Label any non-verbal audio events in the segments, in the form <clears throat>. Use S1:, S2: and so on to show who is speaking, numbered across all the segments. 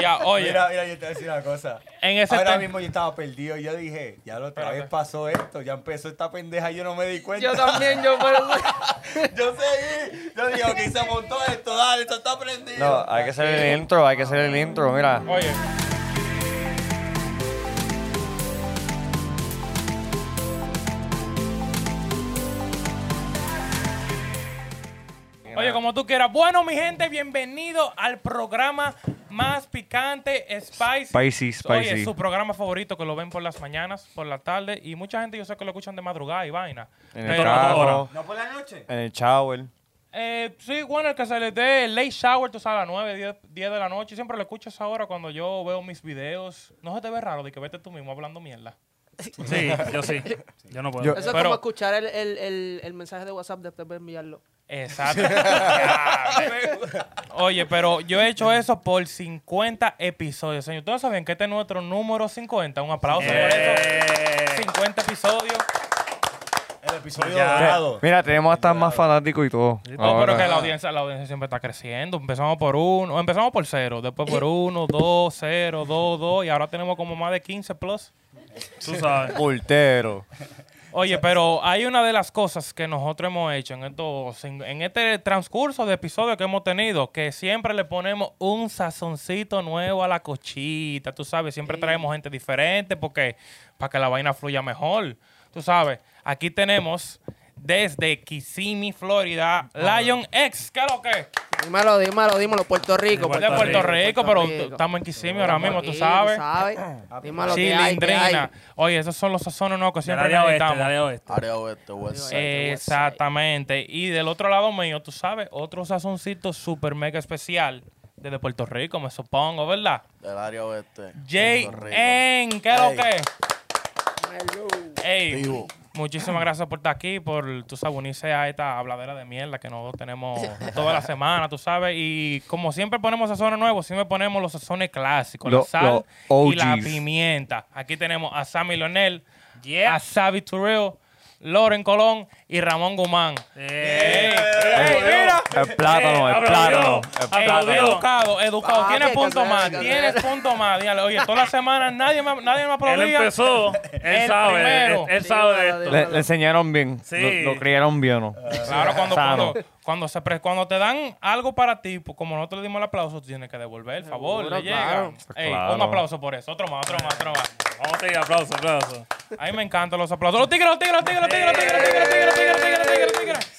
S1: Ya, oye.
S2: Mira, mira, yo te voy a decir una cosa.
S1: En ese
S2: Ahora
S1: tem-
S2: mismo yo estaba perdido. Yo dije, ya lo otra vez
S1: Espérate.
S2: pasó esto. Ya empezó esta pendeja y yo no me di cuenta.
S3: Yo también, yo por
S2: <laughs> yo seguí. Yo dije, ok, se montó esto. Dale, esto está prendido.
S4: No, hay que hacer el intro, hay que hacer el intro, mira.
S1: Oye. Oye, como tú quieras. Bueno, mi gente, bienvenido al programa más picante, Spicy.
S4: Spicy,
S1: Oye,
S4: spicy.
S1: su programa favorito que lo ven por las mañanas, por la tarde. Y mucha gente yo sé que lo escuchan de madrugada y vaina.
S4: En el
S1: Pero-
S4: carro,
S2: ¿No por la noche?
S4: en el shower.
S1: eh, sí, bueno, el que se les dé el late shower, tú sabes, a las 9, 10, 10 de la noche. Siempre lo escucho a esa hora cuando yo veo mis videos. No se te ve raro de que vete tú mismo hablando mierda.
S5: <laughs> Sí,
S1: <laughs>
S5: yo sí. Yo no puedo.
S4: Yo-
S3: Eso es
S1: Pero-
S3: como escuchar el, el, el, el mensaje de WhatsApp después de enviarlo.
S1: Exacto. Oye, pero yo he hecho eso por 50 episodios, señor. Todos saben que este es nuestro número 50. Un aplauso
S5: Eh,
S1: por eso. 50 episodios.
S2: El episodio
S5: Ya.
S2: dorado.
S4: Mira, tenemos hasta más fanáticos y todo.
S1: No, pero que
S4: Ahora.
S1: la audiencia, la audiencia siempre está creciendo. Empezamos por uno, empezamos por cero, después por uno, dos, cero, dos, dos. Y ahora tenemos como más de 15 plus.
S5: tú sabes.
S4: Portero.
S1: Oye, pero hay una de las cosas que nosotros hemos hecho en, estos, cin- en este transcurso de episodios que hemos tenido, que siempre le ponemos un sazoncito nuevo a la cochita, tú sabes, siempre traemos gente diferente porque para que la vaina fluya mejor, tú sabes. Aquí tenemos desde Kissimmee, Florida, Lion X, ¿qué es lo que?
S3: Dímelo, dímelo, dímelo. Puerto Rico.
S5: De
S1: De
S5: Puerto
S1: Puerto
S5: Rico,
S1: Rico, pero t- estamos en Kissimmee ahora mismo, tú sabes.
S3: Dímelo, que hay, que hay.
S1: Chilindrina. Oye, esos son los sazones nuevos que
S5: Del
S1: siempre
S5: área oeste, del
S1: necesitamos.
S5: área oeste.
S6: Área oeste, West Side.
S3: Exacto, West Side.
S1: Exactamente. Y del otro lado mío, tú sabes, otro sazoncito super mega especial desde Puerto Rico, me supongo, ¿verdad?
S6: Del área oeste. Puerto Rico.
S1: J.N., ¿qué es lo
S6: Ey.
S1: que? Ey,
S6: Vivo.
S1: muchísimas gracias por estar aquí, por, tú sabes, unirse a esta habladera de mierda que nosotros
S6: <laughs>
S1: tenemos toda la semana, tú sabes. Y como siempre ponemos sazones nuevos, siempre ponemos los sazones clásicos, la
S4: Lo-
S1: sal
S4: lo
S1: y la
S4: OGs.
S1: pimienta. Aquí tenemos a Sammy Lonel,
S5: Yeah.
S1: a Savi Turrell, Loren Colón y Ramón Guzmán.
S5: Eh,
S1: Ey, mira.
S4: El plátano, el plátano. El
S1: Ey,
S4: plátano.
S1: educado, educado.
S3: Ah,
S1: tienes
S3: qué
S1: punto
S3: casualidad,
S1: más,
S3: casualidad.
S1: tienes punto más. Dígale, oye, toda la semana nadie me, nadie me
S5: Él
S1: aplaudía.
S5: empezó, él
S1: El
S5: sabe, él,
S1: primero.
S5: él sabe de esto.
S4: Le, le enseñaron bien.
S5: Sí.
S4: Lo, lo criaron bien. ¿no?
S1: Claro, cuando,
S4: Sano.
S1: cuando, cuando se pre- cuando te dan algo para ti, pues, como nosotros le dimos el aplauso, tú tienes que devolver el favor.
S3: Seguro,
S1: le llega.
S3: claro.
S1: Ey,
S4: Claro.
S1: Un aplauso por eso. Otro más, otro más, otro más.
S5: Vamos a seguir, aplauso, aplauso.
S1: A mí me encantan los aplausos. Los tigres, los tigres, los tigres, los tigres, los tigres, los tigres, los tigres, los tigres, los tigres, los tigres.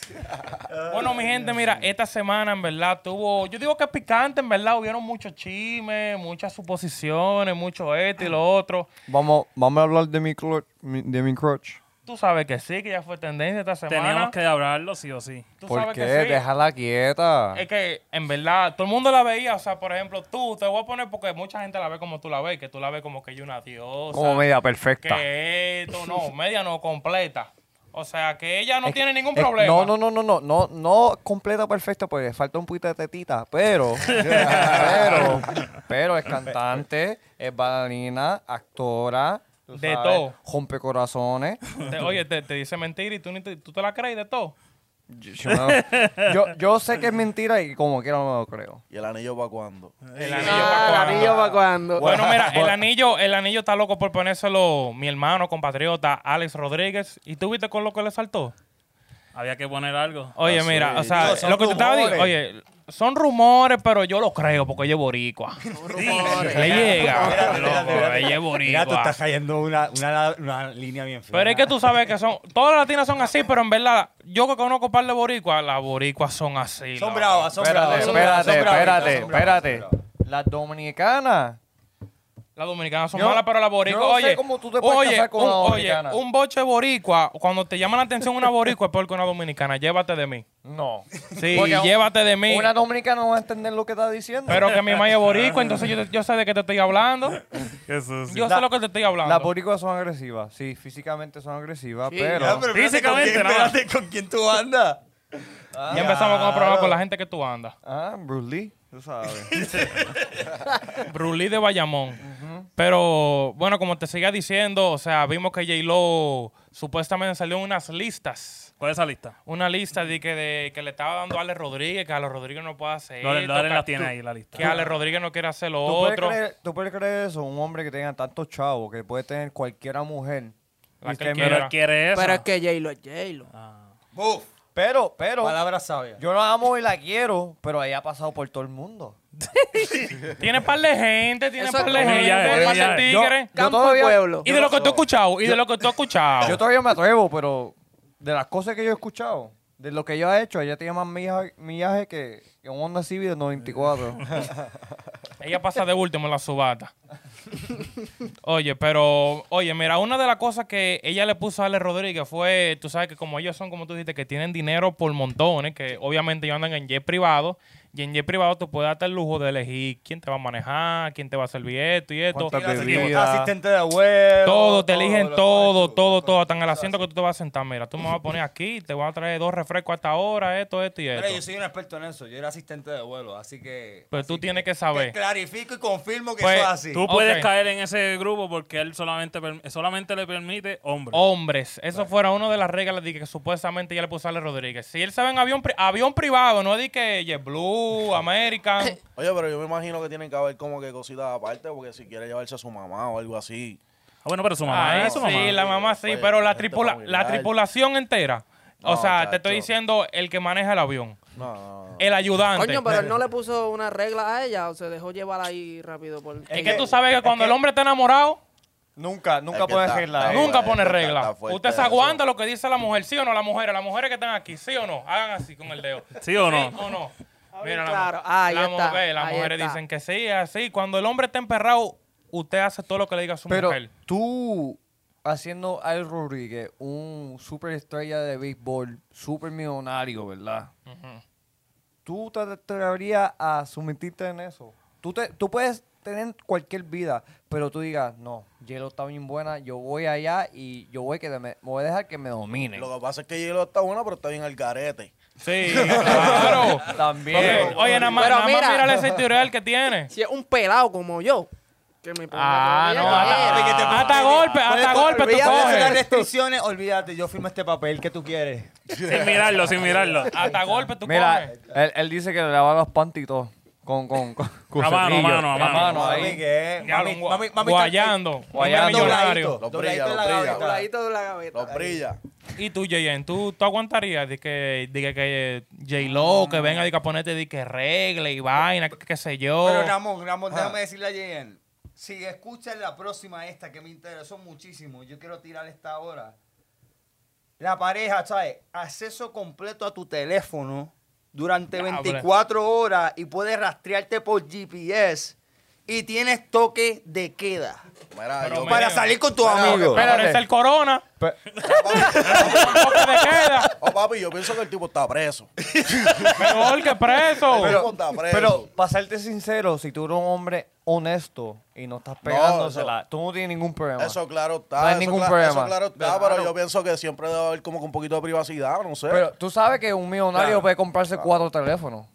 S1: Bueno, mi gente, mira, esta semana en verdad tuvo, yo digo que picante, en verdad, hubieron muchos chismes, muchas suposiciones, mucho esto y lo otro.
S4: Vamos, vamos a hablar de mi, clutch, mi- de mi crutch.
S1: Tú sabes que sí, que ya fue tendencia esta semana.
S5: Teníamos que hablarlo sí o sí.
S1: Tú
S4: ¿Por
S1: sabes
S4: qué?
S1: que sí.
S4: Déjala quieta.
S1: Es que, en verdad, todo el mundo la veía. O sea, por ejemplo, tú, te voy a poner porque mucha gente la ve como tú la ves, que tú la ves como que yo una diosa.
S4: Como media perfecta.
S1: Que esto, no, media no, completa. O sea, que ella no
S4: Es-
S1: tiene ningún
S4: es-
S1: problema.
S4: No, no, no, no, no, no, no completa perfecta porque le falta un poquito de tetita,
S1: <laughs>
S4: pero, pero, pero es cantante, es bailarina, actora, tú
S1: De
S4: sabes,
S1: todo.
S4: rompe corazones.
S1: Te- oye, te, te dice mentira y tú, ni te, tú te la crees de todo.
S4: Yo, yo no- yo- yo sé que es mentira y como quiera no me lo creo.
S6: ¿Y el anillo para cuándo?
S1: El anillo
S3: Ah,
S1: pa'
S3: el anillo
S1: cuando.
S3: para cuando.
S1: Bueno, mira, el anillo, el anillo está loco por ponérselo mi hermano, compatriota, Alex Rodríguez. ¿Y tú viste con lo que le saltó?
S5: Había que poner algo.
S1: Oye,
S6: Ah, sí.
S1: mira, o sea,
S4: No, son
S1: lo que te estaba diciendo,
S4: rumores.
S1: oye, son rumores, pero yo lo creo porque ella es
S2: <laughs>
S1: boricua. Le llega,
S2: Espérate, espérate,
S1: loco, ella
S2: espérate.
S1: es
S2: Mira, tú
S1: boricua.
S2: estás cayendo una, una, una línea bien fea.
S1: Pero es que tú sabes que son, todas las latinas son así, pero en verdad, yo que conozco un par de boricuas, las boricuas son así.
S2: Son
S1: loco.
S2: bravas, son
S4: Espérate,
S2: bravas. son bravas,
S4: espérate,
S2: son bravas,
S4: espérate,
S2: son bravas, son
S4: espérate.
S2: bravas.
S4: Las dominicanas.
S1: Las dominicanas son
S4: Yo-
S1: malas, pero las boricuas,
S4: yo no sé
S1: oye.
S4: cómo tú te puedes casar con
S1: un,
S4: una
S1: oye,
S4: dominicana.
S1: un boche boricua, cuando te llama la atención una boricua es porque una dominicana, llévate de mí.
S4: No.
S1: Sí,
S4: Porque
S1: llévate de mí.
S4: Una dominicana no va a entender lo que está diciendo.
S1: Pero que mi mamá es boricua, entonces yo, yo sé de qué te estoy hablando.
S5: Qué sucio.
S1: Yo sé lo que te estoy hablando.
S4: Las boricuas son agresivas. Sí, físicamente son agresivas,
S3: Sí.
S4: pero...
S2: Ya, pero espérate,
S5: Físicamente,
S2: ¿con quién,
S5: nada.
S2: espérate, ¿con quién tú andas?
S1: ya empezamos con el programa con la gente que tú andas. <laughs>
S4: Ah, Bruce Lee, tú sabes.
S1: Brulí de Bayamón. Pero bueno, como te seguía diciendo, o sea, vimos que J-Lo supuestamente salió en unas listas.
S5: ¿Cuál es esa lista?
S1: Una lista de que, de que le estaba dando a Ale Rodríguez, que Ale Rodríguez no puede hacer.
S5: Lore-
S1: esto,
S5: Lore
S1: que-
S5: la tiene ahí, la lista.
S1: Que Ale Rodríguez no quiere hacer lo
S4: ¿Tú puedes,
S1: otro.
S4: creer, ¿Tú puedes creer eso? Un hombre que tenga tantos chavos, que puede tener cualquiera mujer.
S1: La
S4: Y
S1: que
S4: que
S1: él
S4: mira-
S5: Pero él quiere eso.
S3: Pero es que J-Lo es J-Lo.
S2: Buf.
S4: Pero, pero,
S2: Palabra sabia.
S4: yo la amo y la quiero, pero ella ha pasado por todo el mundo.
S1: Tiene par de gente, tiene
S3: Eso
S1: par
S3: es
S1: de
S5: como
S1: gente,
S5: ya,
S1: par de
S5: ya.
S1: tigres.
S4: Yo
S3: Campo
S4: todavía-
S3: y pueblo.
S1: Y de lo que tú has escuchado, y de lo que tú has escuchado.
S4: Yo todavía me atrevo, pero de las cosas que yo he escuchado, de lo que ella ha hecho, ella tiene más millaje, millaje que, que un Honda Civic
S1: <laughs>
S4: del 94.
S1: Ella pasa de último en la subata. Oye, pero, oye, mira, una de las cosas que ella le puso a Ale Rodríguez fue, tú sabes que como ellos son, como tú dijiste, que tienen dinero por montones, que obviamente ellos andan en jet privado, y en jet privado tú puedes darte el lujo de elegir quién te va a manejar, quién te va a servir esto y esto.
S4: ¿Cuántas
S5: Mira,
S4: bebidas?
S2: de abuelo.
S1: Todo, te eligen todo,
S2: lo-
S1: todo, todo, hasta en el asiento que tú te vas a sentar. Mira, tú me vas a poner aquí, te voy a traer dos refrescos hasta ahora, esto, esto y
S2: Mira, yo
S1: esto.
S2: soy un experto en eso. Yo era asistente de abuelo, así que.
S1: Pero tú
S2: así
S1: tienes que
S2: que
S1: saber.
S2: Clarifico y confirmo que
S1: Pues,
S2: eso es así.
S5: Tú puedes
S1: Ok.
S5: caer en ese grupo porque él solamente, per- solamente le permite hombres.
S1: Oh. hombres. Eso fuera una de las reglas de que supuestamente ya le puso a Ale Rodríguez. Si él se ve en avión, pri- avión privado, no di que JetBlue, American.
S6: Oye, pero yo me imagino que tienen que haber como que cositas aparte, porque si quiere llevarse a su mamá o algo así.
S5: Ah, bueno, pero su mamá
S1: Ahí
S5: es su mamá.
S1: sí, la mamá sí,
S6: Oye,
S1: pero la,
S6: esto
S1: tripula-
S6: va muy
S1: la
S6: largo.
S1: tripulación entera. o
S6: No,
S1: sea, te
S6: chacho.
S1: estoy diciendo el que maneja el avión,
S6: No, no, no.
S1: el ayudante.
S3: Coño, pero él no le puso una regla a ella o se dejó llevar ahí rápido. Por
S1: es que tú sabes que cuando el hombre está enamorado,
S4: Nunca,
S6: Es
S4: nunca
S6: que
S4: puedes
S6: está-
S4: arreglar.
S6: está-
S4: eso.
S1: nunca
S6: está-
S1: pone
S6: está-
S1: regla.
S6: está fuerte
S1: Usted se
S6: eso.
S1: aguanta lo que dice la mujer, ¿sí o no? Las mujeres, las mujeres que están aquí, ¿sí o no? Hagan así con el dedo.
S5: ¿Sí o no?
S1: ¿Sí o no?
S3: Hablen
S1: Mira, la-
S3: claro. Ahí
S1: la
S3: está,
S1: mujer- las
S3: ahí
S1: mujeres
S3: está.
S1: dicen que sí, es así. Cuando el hombre está emperrado, usted hace todo lo que le diga a su
S4: Pero
S1: mujer.
S4: tú, haciendo al Rodríguez, un superestrella de béisbol, super millonario, ¿verdad? Tú te atreverías a someterte en eso. Tú, te, tú puedes tener cualquier vida, pero tú digas, no, Hielo está bien buena, yo voy allá y yo voy, que me, me voy a dejar que me domine.
S6: Lo que pasa es que Gilo está buena, pero está bien al carete.
S1: <laughs> Sí, claro.
S4: También.
S1: Porque, oye, nada más,
S3: Pero
S1: nada más
S3: mira.
S1: mírale ese tutorial que tiene.
S3: Si es un pelado como yo, que me
S1: Ah, no,
S2: papi, que te
S1: hasta, hasta
S2: papi.
S1: golpe, hasta golpe tú
S2: Olvídate de las
S1: coges.
S2: restricciones, olvídate. Yo firmo este papel que tú quieres.
S5: Sin mirarlo, sin mirarlo.
S1: Hasta golpe tú
S4: Mira,
S1: coges.
S4: él, él dice que le lava los pantitos con, con, con, con
S5: A mano, a
S4: cepillo.
S5: mano, a mano.
S2: Mami,
S4: ahí.
S2: ¿qué?
S1: Ya,
S2: Mami,
S1: lo-
S2: mami, mami,
S1: guayando,
S4: guayando.
S1: hombre millonario.
S2: Dobladito,
S6: Lo
S2: dobladito
S6: brilla,
S2: en
S6: lo
S2: la
S6: brilla.
S2: gaveta.
S3: Dobladito de la gaveta.
S6: Los brilla.
S1: Y tú, Jayen, ¿tú, tú aguantarías de que, de que, que J-Lo que venga de que a ponerte de que regle y vaina, qué qué sé yo?
S2: Pero Ramón,
S1: Ah.
S2: Ramón, déjame decirle a Jen. Si escuchas la próxima esta que me interesó muchísimo, yo quiero tirar esta ahora. La pareja, ¿sabes? Acceso completo a tu teléfono durante
S1: Diablo.
S2: 24 horas y puedes rastrearte por GPS y tienes toque de queda
S6: Mira,
S1: Pero
S6: yo,
S1: mira.
S2: para salir con tus
S6: Espera,
S2: amigos.
S1: Pero es el corona.
S4: Pe-
S1: Lo que te queda.
S6: oh, papi, yo pienso que el tipo está preso.
S1: Mejor que preso.
S6: el tipo está preso.
S4: Pero, para serte sincero, si tú eres un hombre honesto y no estás pegándosela, tú no tienes ningún problema.
S6: eso claro está.
S4: No hay
S6: eso
S4: ningún
S6: cla-
S4: problema.
S6: Eso claro está,
S4: Claro.
S6: pero yo pienso que siempre debe haber como que un poquito de privacidad, no sé.
S4: Pero tú sabes que un millonario
S6: Claro.
S4: puede comprarse cuatro teléfonos.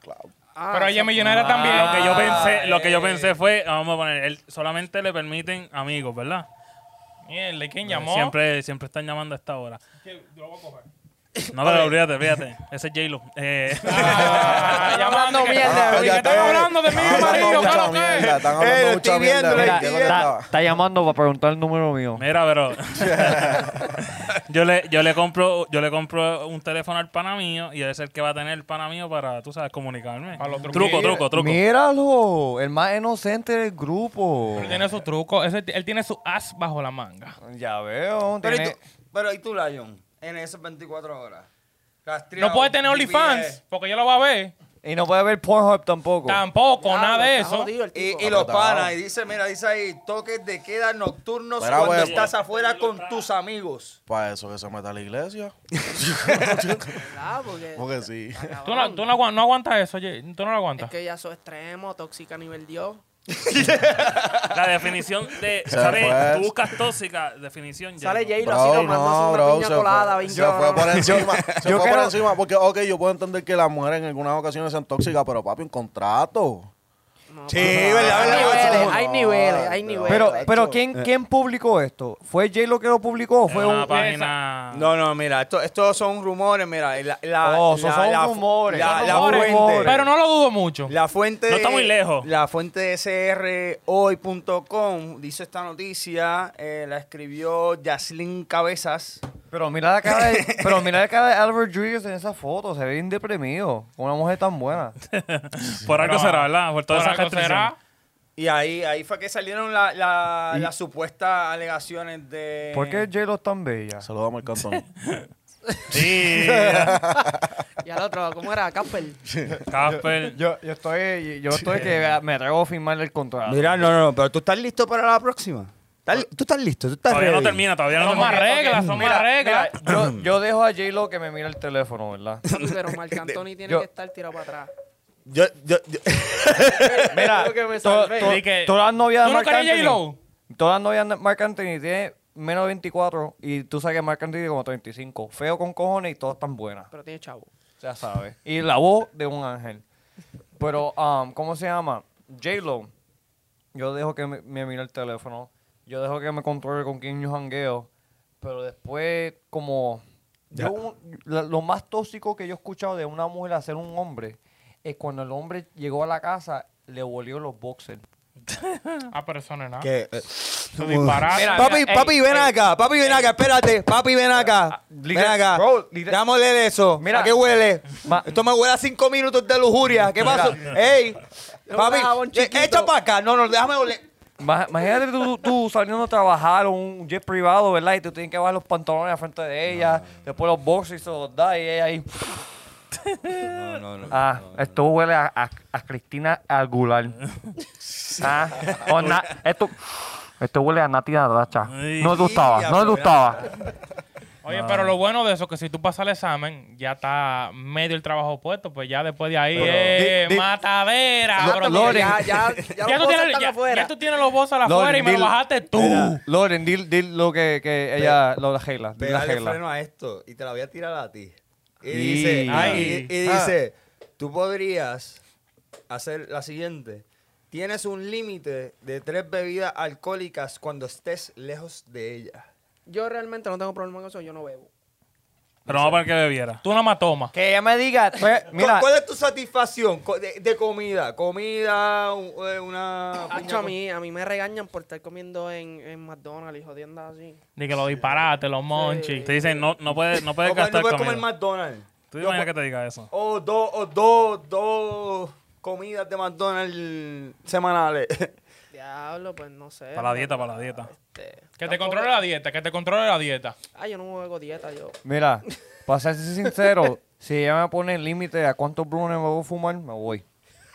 S6: claro.
S1: pero
S3: ah,
S1: ella es millonaria también. Ah,
S5: Lo que yo pensé, lo que yo pensé fue, vamos a poner, él solamente le permiten amigos, ¿verdad?
S1: Mierda, ¿y ¿quién llamó?
S5: Siempre, siempre están llamando a esta hora.
S1: Yo lo voy a coger.
S5: No, pero olvídate, olvídate. Ese es J-Lo. Eh, <laughs>
S1: Ah, llamando
S3: hablando mierda.
S1: mierda.
S6: Ah, ya
S1: están
S6: está.
S1: hablando de mí,
S6: Están hablando
S1: amarillo,
S6: mucha
S1: claro que.
S6: mierda, Están hablando
S2: Eh,
S6: mucha
S2: estoy
S6: mierda.
S2: viéndolo,
S6: mira,
S2: estoy
S6: que no
S2: viendo.
S6: estaba.
S4: llamando para preguntar el número mío.
S5: mira, pero <laughs> yo le, yo le compro, yo le compro un teléfono al pana mío y él es el que va a tener el pana mío para, tú sabes, comunicarme.
S1: Para los trucos.
S5: truco, truco, truco.
S4: Míralo, el más inocente del grupo.
S1: Él tiene su truco. Ese- él tiene su as bajo la manga.
S4: Ya veo.
S2: Pero,
S4: tiene-
S2: ¿y tú, pero ¿y tú, Lion? En esas 24 horas.
S1: No puede tener OnlyFans, porque yo lo voy a ver.
S4: y, no puede ver Pornhub tampoco.
S1: Tampoco,
S3: Diablo,
S1: nada de
S3: está
S1: eso.
S3: jodido el tipo.
S2: Y, y los panas, y dice, mira, dice ahí, toques de queda nocturnos
S6: Espera,
S2: cuando
S6: huevo.
S2: estás afuera con tus amigos.
S6: Para eso que se meta a la iglesia.
S3: Ah, porque-
S6: Porque sí.
S3: cabrón.
S1: Tú no, tú no aguan- no aguantas eso, oye. Tú no lo
S3: Es
S1: aguantas.
S3: que ya sos extremo, tóxica a nivel Dios.
S5: La definición de,
S6: <laughs> Se
S5: ¿sabes?
S6: fue.
S5: Tú buscas tóxica, definición
S3: Sale
S5: J-Lo.
S3: J-Lo así tomándose una piña
S6: se
S3: colada.
S6: fue,
S3: bien
S6: se fue
S3: cabrón.
S6: por encima.
S3: <laughs>
S6: se
S4: Yo
S6: fue
S4: creo-
S6: por encima. Porque, ok, yo puedo entender que las mujeres en algunas ocasiones sean tóxicas, pero papi, un contrato.
S3: No,
S2: Sí,
S3: papá.
S2: verdad,
S3: Hay
S2: verdad,
S3: niveles,
S6: verdad.
S3: hay niveles, hay
S6: no,
S3: niveles.
S6: no,
S4: Pero,
S6: tacho.
S4: pero ¿quién, ¿quién publicó esto? ¿Fue J lo que lo publicó? o
S5: Fue
S4: ¿Fue
S5: una
S4: un-
S5: página.
S2: Ah. No, no, mira, esto- estos son rumores, mira. La, la,
S4: Oh, esos
S2: la-
S4: son
S2: la-
S4: rumores.
S2: La,
S4: Son
S2: la
S4: rumores.
S2: fuente.
S1: Pero no lo dudo mucho.
S2: La fuente.
S5: No está muy lejos.
S2: La fuente de srhoy.com dice esta noticia. eh, la escribió Yaslin Cabezas.
S4: Pero mira la cara de, pero mira la
S6: <laughs>
S4: cara de Albert Rodriguez en esa foto, se ve bien deprimido, con una mujer tan buena.
S5: Por algo
S1: No.
S5: será, ¿verdad? Por todas
S1: Por
S5: esas
S1: algo será.
S5: restricciones.
S2: Y ahí, ahí fue que salieron la- la-
S4: Y-
S2: las supuestas alegaciones de.
S4: ¿Por qué J lo es tan bella?
S6: Saludamos al cantón.
S5: Sí.
S3: Y al otro, ¿cómo era? Casper.
S5: Casper.
S4: Yo, yo estoy, yo estoy que me atrevo a firmar el contrato.
S2: Mira, no, no, no, pero tú estás listo para la próxima. ¿Estás li- tú estás listo, tú estás
S5: Todavía no
S2: ready?
S5: termina, todavía no
S1: Son más
S5: termina.
S1: reglas, son más reglas.
S4: Mira, <clears throat> yo, yo dejo a J lo que me mira el teléfono, ¿verdad?
S3: Sí, pero Marc Anthony tiene
S4: Yo-
S3: que estar tirado para atrás.
S6: <laughs> Yo, yo, yo-
S4: <laughs> Mira,
S3: Creo que me
S4: to-
S3: salvé.
S4: to-
S1: Di que-
S4: todas las novias
S1: ¿Tú
S4: de
S1: no
S4: Marc
S1: crees
S4: Anthony,
S1: J-Lo?
S4: todas las novias de Marc Anthony tienen menos de 24 y tú sabes que Marc Anthony tiene como 35, feo con cojones y todas tan buenas.
S3: Pero tiene chavo.
S4: Ya sabes. Y la voz de un ángel. Pero, um, ¿cómo se llama? J-Lo. Yo dejo que me, me mire el teléfono. Yo dejo que me controle con quién yo jangueo. Pero después, como... yo un- la- lo más tóxico que yo he escuchado de una mujer hacer un hombre es cuando el hombre llegó a la casa, le volvió los boxers.
S1: Ah, pero eso no es nada.
S6: que, eh,
S1: Eso es disparate.
S4: Mira,
S2: Papi,
S4: ey,
S2: papi, ven
S4: ey.
S2: acá, papi, ven acá, espérate, papi, ven
S1: Ah,
S2: acá. Ven
S4: literal-
S2: acá.
S4: bro, literal-
S2: Dame a oler eso.
S4: Mira.
S2: ¿A qué huele?
S4: Ma-
S2: Esto me huele a cinco minutos de lujuria. ¿Qué pasó? Ey, papi,
S3: jabón
S2: eh,
S3: chiquito.
S2: echa para acá. No, no, déjame oler.
S4: Ma- Imagínate tú, tú saliendo a trabajar un jet privado, ¿verdad? Y tú tienes que bajar los pantalones al frente de ella, después los boxers se los da y ella ahí...
S2: No, no, no.
S4: <laughs> Ah, esto huele a, a- a Cristina Aguilar. ah, o na- esto, esto huele a Nati Natacha.
S5: Ay,
S4: No le gustaba, no le gustaba.
S1: Oye, pero lo bueno de eso es que si tú pasas el examen, ya está medio el trabajo puesto, pues ya después de ahí eh,
S2: Di- di-
S1: matadera,
S2: Lo-
S1: bro.
S2: Loren.
S1: Ya,
S3: Ya,
S2: <laughs>
S1: ya
S3: ya, ya, los
S1: tú
S3: bozos
S1: tienes,
S3: están
S1: ya-
S3: afuera.
S1: ya tú tienes los bozos afuera y me lo
S4: dil-
S1: bajaste tú.
S4: Loren, dil, dil lo que, que ella, lo de Gela, dil la
S2: Pégale
S4: Gela.
S2: freno a esto y te la voy a tirar a ti. Y
S4: Y-
S2: dice,
S1: Ay. Ah.
S2: y, y dice, tú podrías hacer la siguiente. Tienes un límite de tres bebidas alcohólicas cuando estés lejos de ella.
S3: Yo realmente no tengo problema con eso, yo no bebo.
S5: Pero vamos para que bebiera.
S1: Tú nada más tomas.
S4: Que ella me diga,
S1: <laughs>
S4: pues, mira,
S2: ¿Cu- ¿Cuál es tu satisfacción co- de, de comida? Comida, un- eh,
S1: Ah,
S2: una... piña
S3: Hacho, a
S2: con-
S3: mí, a mí me regañan por estar comiendo en, en McDonald's y jodiendo así.
S1: Ni que lo disparaste, los monchis.
S5: Te dicen, no, no puedes, no puedes
S2: No puedes- no
S5: gastar
S2: puedes comer
S5: comida.
S2: McDonald's.
S5: Tú imaginas que te diga eso.
S2: O dos o dos dos comidas de McDonald's semanales.
S3: Diablo, pues no sé.
S5: Para la dieta, para la dieta.
S3: Este,
S1: Que te
S3: tampoco-
S1: controle la dieta, que te controle la dieta.
S3: Ah, yo no hago dieta, yo.
S4: mira, para ser sincero, <laughs> si ella me pone el límite a cuántos brunes me voy a fumar, me voy.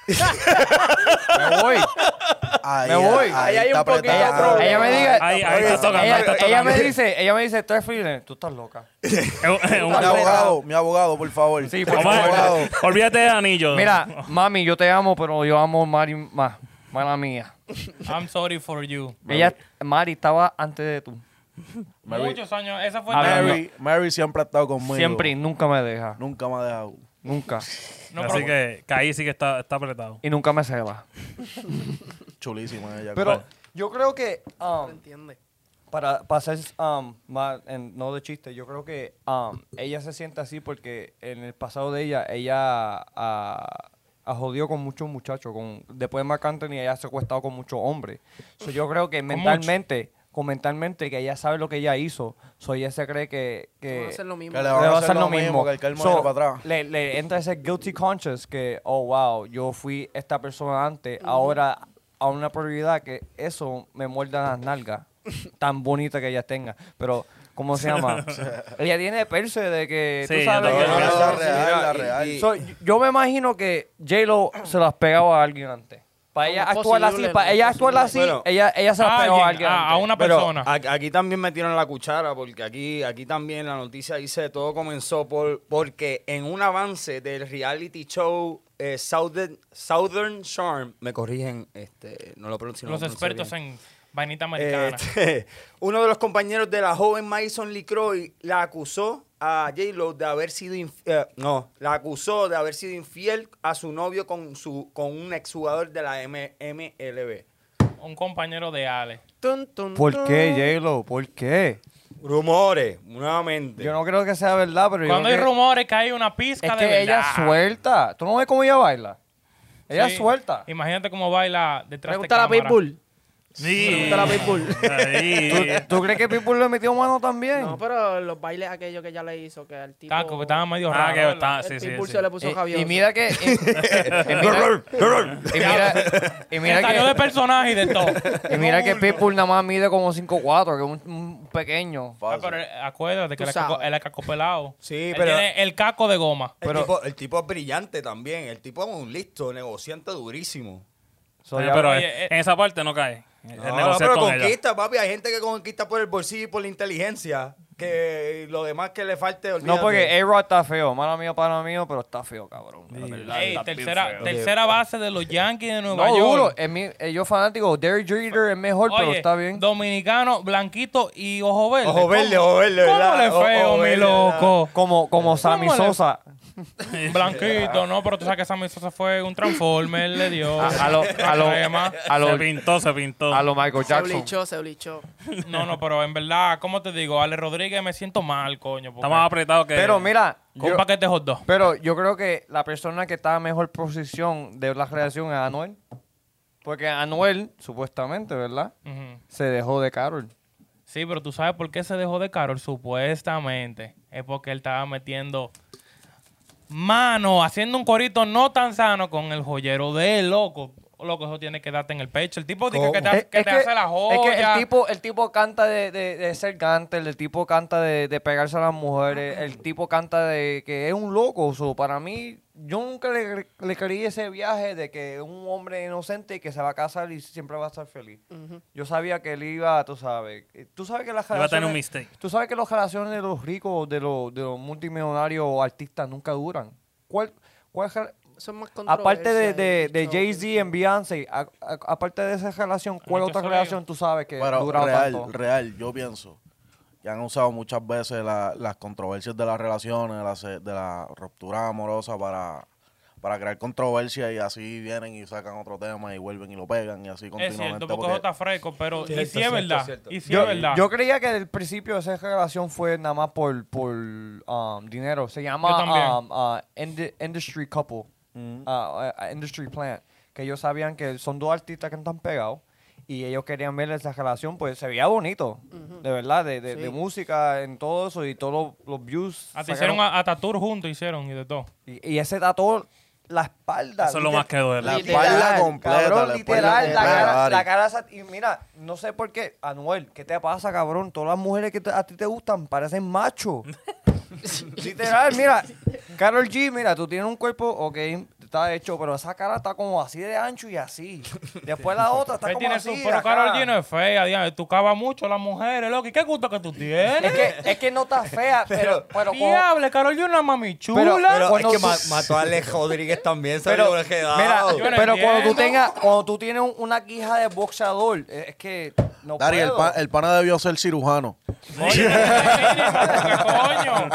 S4: me voy.
S6: ahí,
S4: Me voy.
S3: <laughs> Ahí hay
S6: está
S3: un poquito de
S6: apretado.
S3: problema.
S4: Ella me
S2: Eh,
S4: diga,
S5: Ahí, ahí estás tocando,
S4: ella,
S5: ahí estás
S4: ella
S5: tocando.
S4: me dice, ella me dice, tres feelings, tú estás loca.
S5: <laughs> Es un-
S6: Mi abogado, mi abogado, por favor.
S4: Sí, por
S6: por
S5: Vamos a-
S6: abogado.
S5: Olvídate de anillo.
S4: Mira, mami, yo te amo, pero yo amo a Mari más. Mala mía.
S1: I'm sorry for you.
S4: Ella, Mari, estaba antes de tú.
S6: Mary.
S1: Muchos años. Esa fue
S4: Mary.
S6: Mary, Mary siempre ha estado conmigo.
S4: Siempre y nunca me deja.
S6: Nunca me ha dejado.
S4: Nunca.
S1: No,
S5: Así
S1: pero-
S5: que, que ahí sí que está, está apretado.
S4: Y nunca me ceba.
S6: Chulísima ella.
S4: Pero yo creo que,
S3: ¿Me
S4: um,
S3: entiendes?
S4: para, para ser um, más, en- no de chiste, yo creo que um, ella se siente así porque en el pasado de ella, ella ah, ha jodido con muchos muchachos. Con, después de Marc Anthony, ella se ha acostado con muchos hombres. So, yo creo que
S1: mucho.
S4: mentalmente, con mentalmente, que ella sabe lo que ella hizo. So, ella se cree que... Eh, que
S3: Vamos a hacer lo mismo.
S6: que
S4: le
S6: le
S4: va a hacer lo
S6: mismo,
S4: mismo.
S6: que el calmo
S4: So,
S6: era para atrás.
S4: Le, le entra ese guilty conscience que, oh, wow, yo fui esta persona antes, ahora a una prioridad que eso me muerda
S1: <laughs>
S4: las nalgas, tan bonita que ella tenga. Pero, ¿cómo se
S1: <laughs>
S4: llama? ella tiene perse de que,
S5: Sí,
S4: tú
S5: yo
S4: sabes...
S5: también
S4: que-
S5: pienso.
S6: No, la
S2: sí,
S6: real, la
S2: mira, y-
S6: real.
S2: y-
S4: So, yo me imagino que J-Lo se las pegaba a alguien antes. Para
S3: No,
S4: ella
S3: no es
S4: actuar así,
S3: posible,
S4: para
S3: no es
S4: ella actuar
S3: posible.
S4: así,
S2: Bueno.
S4: ella, ella se las
S1: a,
S4: pegaba a
S1: alguien,
S4: alguien
S1: a, a
S4: antes.
S1: una
S2: Pero
S1: persona.
S2: a- aquí también metieron la cuchara porque aquí, aquí también la noticia dice todo comenzó por porque en un avance del reality show eh, Southern, Southern Charm, me corrigen, este, no lo pronuncio. no
S1: los
S2: lo pronuncio
S1: expertos
S2: bien.
S1: en vainita americana.
S2: Este, <laughs> uno de los compañeros de la joven Mason LeCroix la acusó a J-Lo de haber sido inf- eh, no, la acusó de haber sido infiel a su novio con su con un exjugador de la M- MLB.
S1: un compañero de Ale.
S3: Tun, tun,
S4: ¿Por
S3: tun.
S4: qué, J-Lo? ¿Por qué?
S2: Rumores, nuevamente.
S4: Yo no creo que sea verdad, pero yo
S1: Cuando hay
S4: creo que-
S1: rumores que hay una pizca
S4: Es
S1: de
S4: que ella
S1: verdad.
S4: suelta. ¿Tú no ves cómo ella baila? Ella
S1: Sí.
S4: suelta.
S1: Imagínate cómo baila detrás
S3: ¿Le
S1: de
S3: gusta la
S1: cámara.
S3: Pitbull?
S5: Sí.
S3: Me gusta la béisbol.
S5: Ahí.
S4: <laughs> ¿Tú, tú crees que Pitbull le metió mano también?
S3: No, pero los bailes aquellos que ya le hizo, que el tipo...
S1: Taco, que estaba medio raro.
S5: Ah, que está.
S3: el
S5: Sí, sí.
S3: pitbull
S5: sí.
S3: se le puso
S4: y,
S3: Javier.
S4: Eh, y mira que...
S2: Eh,
S4: Y, <laughs> y mira, y mira, y
S1: Se
S4: mira
S1: salió de
S4: que...
S1: personaje y de
S2: <laughs>
S1: todo. Ah,
S4: Y mira que Pitbull nada más mide como 5'4", que es un, un pequeño.
S1: Ah,
S6: Fácil.
S1: pero eh, acuérdate que
S3: Tú
S1: él es caco-
S3: sabes.
S1: él es caco pelado.
S2: Sí,
S1: Él
S2: pero-
S1: tiene el caco de goma.
S2: El,
S4: Pero-
S2: tipo, el tipo es brillante también. El tipo es un listo, negociante durísimo.
S4: So,
S5: Oye,
S4: ya-
S5: Pero
S1: Oye, eh.
S5: en esa parte no cae. El
S2: No, no,
S5: negociar
S2: pero
S5: con ella.
S2: conquista, papi. Hay gente que conquista por el bolsillo y por la inteligencia. Que lo demás que le falte, olvídate.
S4: no, porque A-Rod está feo. Mala mía, pana mío, pero está feo, cabrón. La verdad,
S1: Ey,
S4: está bien
S1: tercera,
S4: feo.
S1: tercera base de los Yankees de Nueva
S4: No,
S1: York.
S4: duro. Es mi, eh, yo fanático. Derek Jeter es mejor, pero
S1: Oye,
S4: está bien.
S1: Dominicano, blanquito y ojo verde.
S2: Ojo verde,
S1: ¿Cómo-
S2: ojo verde,
S1: ¿Cómo
S2: ¿verdad?
S1: le
S2: Ojo
S1: feo, mi
S2: verde,
S1: loco?
S4: Como, como Sammy
S1: ¿Cómo le-
S4: Sosa. <laughs>
S1: Blanquito, no, pero tú sabes que Sammy Sosa fue un transformer, le dio.
S4: A, a lo, a, lo,
S1: crema.
S4: a, lo,
S5: Se pintó, se pintó.
S4: a lo Michael
S3: se
S4: Jackson.
S3: blichó, se blichó.
S1: No, no, pero en verdad, ¿cómo te digo? Ale Rodríguez me siento mal, coño. porque-
S5: Está más apretado que.
S4: Pero mira,
S1: Con
S4: yo-
S1: un paquete de hot dog.
S4: pero yo creo que la persona que está en mejor posición de la relación es Anuel. Porque Anuel, supuestamente, ¿verdad?
S1: Ujú.
S4: Se dejó de Carol.
S1: Sí, pero tú sabes por qué se dejó de Carol, supuestamente. Es porque él estaba metiendo mano, haciendo un corito no tan sano con el joyero de él, loco. Loco, eso tiene que darte en el pecho. El tipo dice que te, hace- que te hace la joya.
S4: es que el tipo, el tipo canta de, de- de ser gánter, el tipo canta de, de pegarse a las mujeres, el tipo canta de que es un loco. So, para mí, yo nunca le, le creí ese viaje de que es un hombre inocente que se va a casar y siempre va a estar feliz. Yo sabía que él iba, tú sabes. eh, Tú sabes que las
S5: Iba a tener un
S4: relaciones-
S5: mistake.
S4: Tú sabes que las relaciones de los ricos, de los, de los multimillonarios o artistas nunca duran. ¿Cuál, cuál rel-
S3: Eso es más
S4: Aparte de,
S3: controversia,
S4: de,
S3: el
S4: de
S3: bicho,
S4: Jay-Z en Beyoncé, a- a- aparte de esa relación, ¿cuál
S1: Yo
S4: otra
S1: soy-
S4: relación tú sabes que ha
S6: Pero
S4: durado
S6: real,
S4: tanto?
S6: real, yo pienso que han usado muchas veces la- las controversias de las relaciones, de las- de la ruptura amorosa para, para crear controversia y así vienen y sacan otro tema y vuelven y lo pegan y así
S1: Es
S6: continuamente.
S1: cierto, porque eso
S6: porque-
S1: está fresco, pero y
S2: Cierto,
S1: si es
S2: cierto,
S1: verdad.
S2: cierto.
S1: Y si
S4: Yo,
S1: es verdad.
S4: yo creía que del principio esa relación fue nada más por, por um, dinero. Se
S1: Yo
S4: llama
S1: también.
S4: um, uh, ind- Industry Couple,
S5: Mm.
S4: uh, uh, Industry Plant, que ellos sabían que son dos artistas que están pegados y ellos querían ver esa relación, pues se veía bonito, de verdad, de, de- de
S3: Sí.
S4: música, en todo eso y todos los, los views.
S1: hasta Ah,
S4: sacaron-
S1: hicieron a, hasta tour juntos, hicieron y de todo.
S4: y, y ese tatuó la espalda.
S5: Eso es lo
S4: literal-
S5: más que duele.
S6: La
S3: Literal,
S6: espalda completa.
S4: Cabrón,
S6: la espalda
S4: literal, la
S6: completa,
S4: cara,
S6: Ari.
S4: la cara esa- Y mira, no sé por qué, Anuel, ¿qué te pasa, cabrón? Todas las mujeres que te- a ti te gustan
S1: <laughs>
S4: parecen macho. literal, mira, Carol G, mira, tú tienes un cuerpo, ok, está hecho, pero esa cara está como así de ancho y así. Después la otra está
S1: Él
S4: como
S1: tiene
S4: así.
S1: su- pero
S4: acá.
S1: Carol G no es fea, diablo, tú cavas mucho a las mujeres, loco. ¿Y qué gusto que tú
S4: es
S1: tienes?
S4: que, es que no
S1: <laughs>
S4: está fea, pero, pero, como-
S1: Diable, Carol G es una mami chula.
S2: Pero
S4: Cuando
S2: es que
S4: su-
S2: ma- mató a Alex Rodríguez también, se
S4: Pero,
S2: lo he quedado.
S4: mira,
S1: Yo no
S4: pero cuando tú
S1: entiendo.
S4: tengas, cuando tú tienes un- una quija de boxeador, eh, es que no
S6: Dari, el,
S4: puedo.
S6: pa- el pana debió ser cirujano.
S1: Oye,
S4: <laughs>
S1: coño?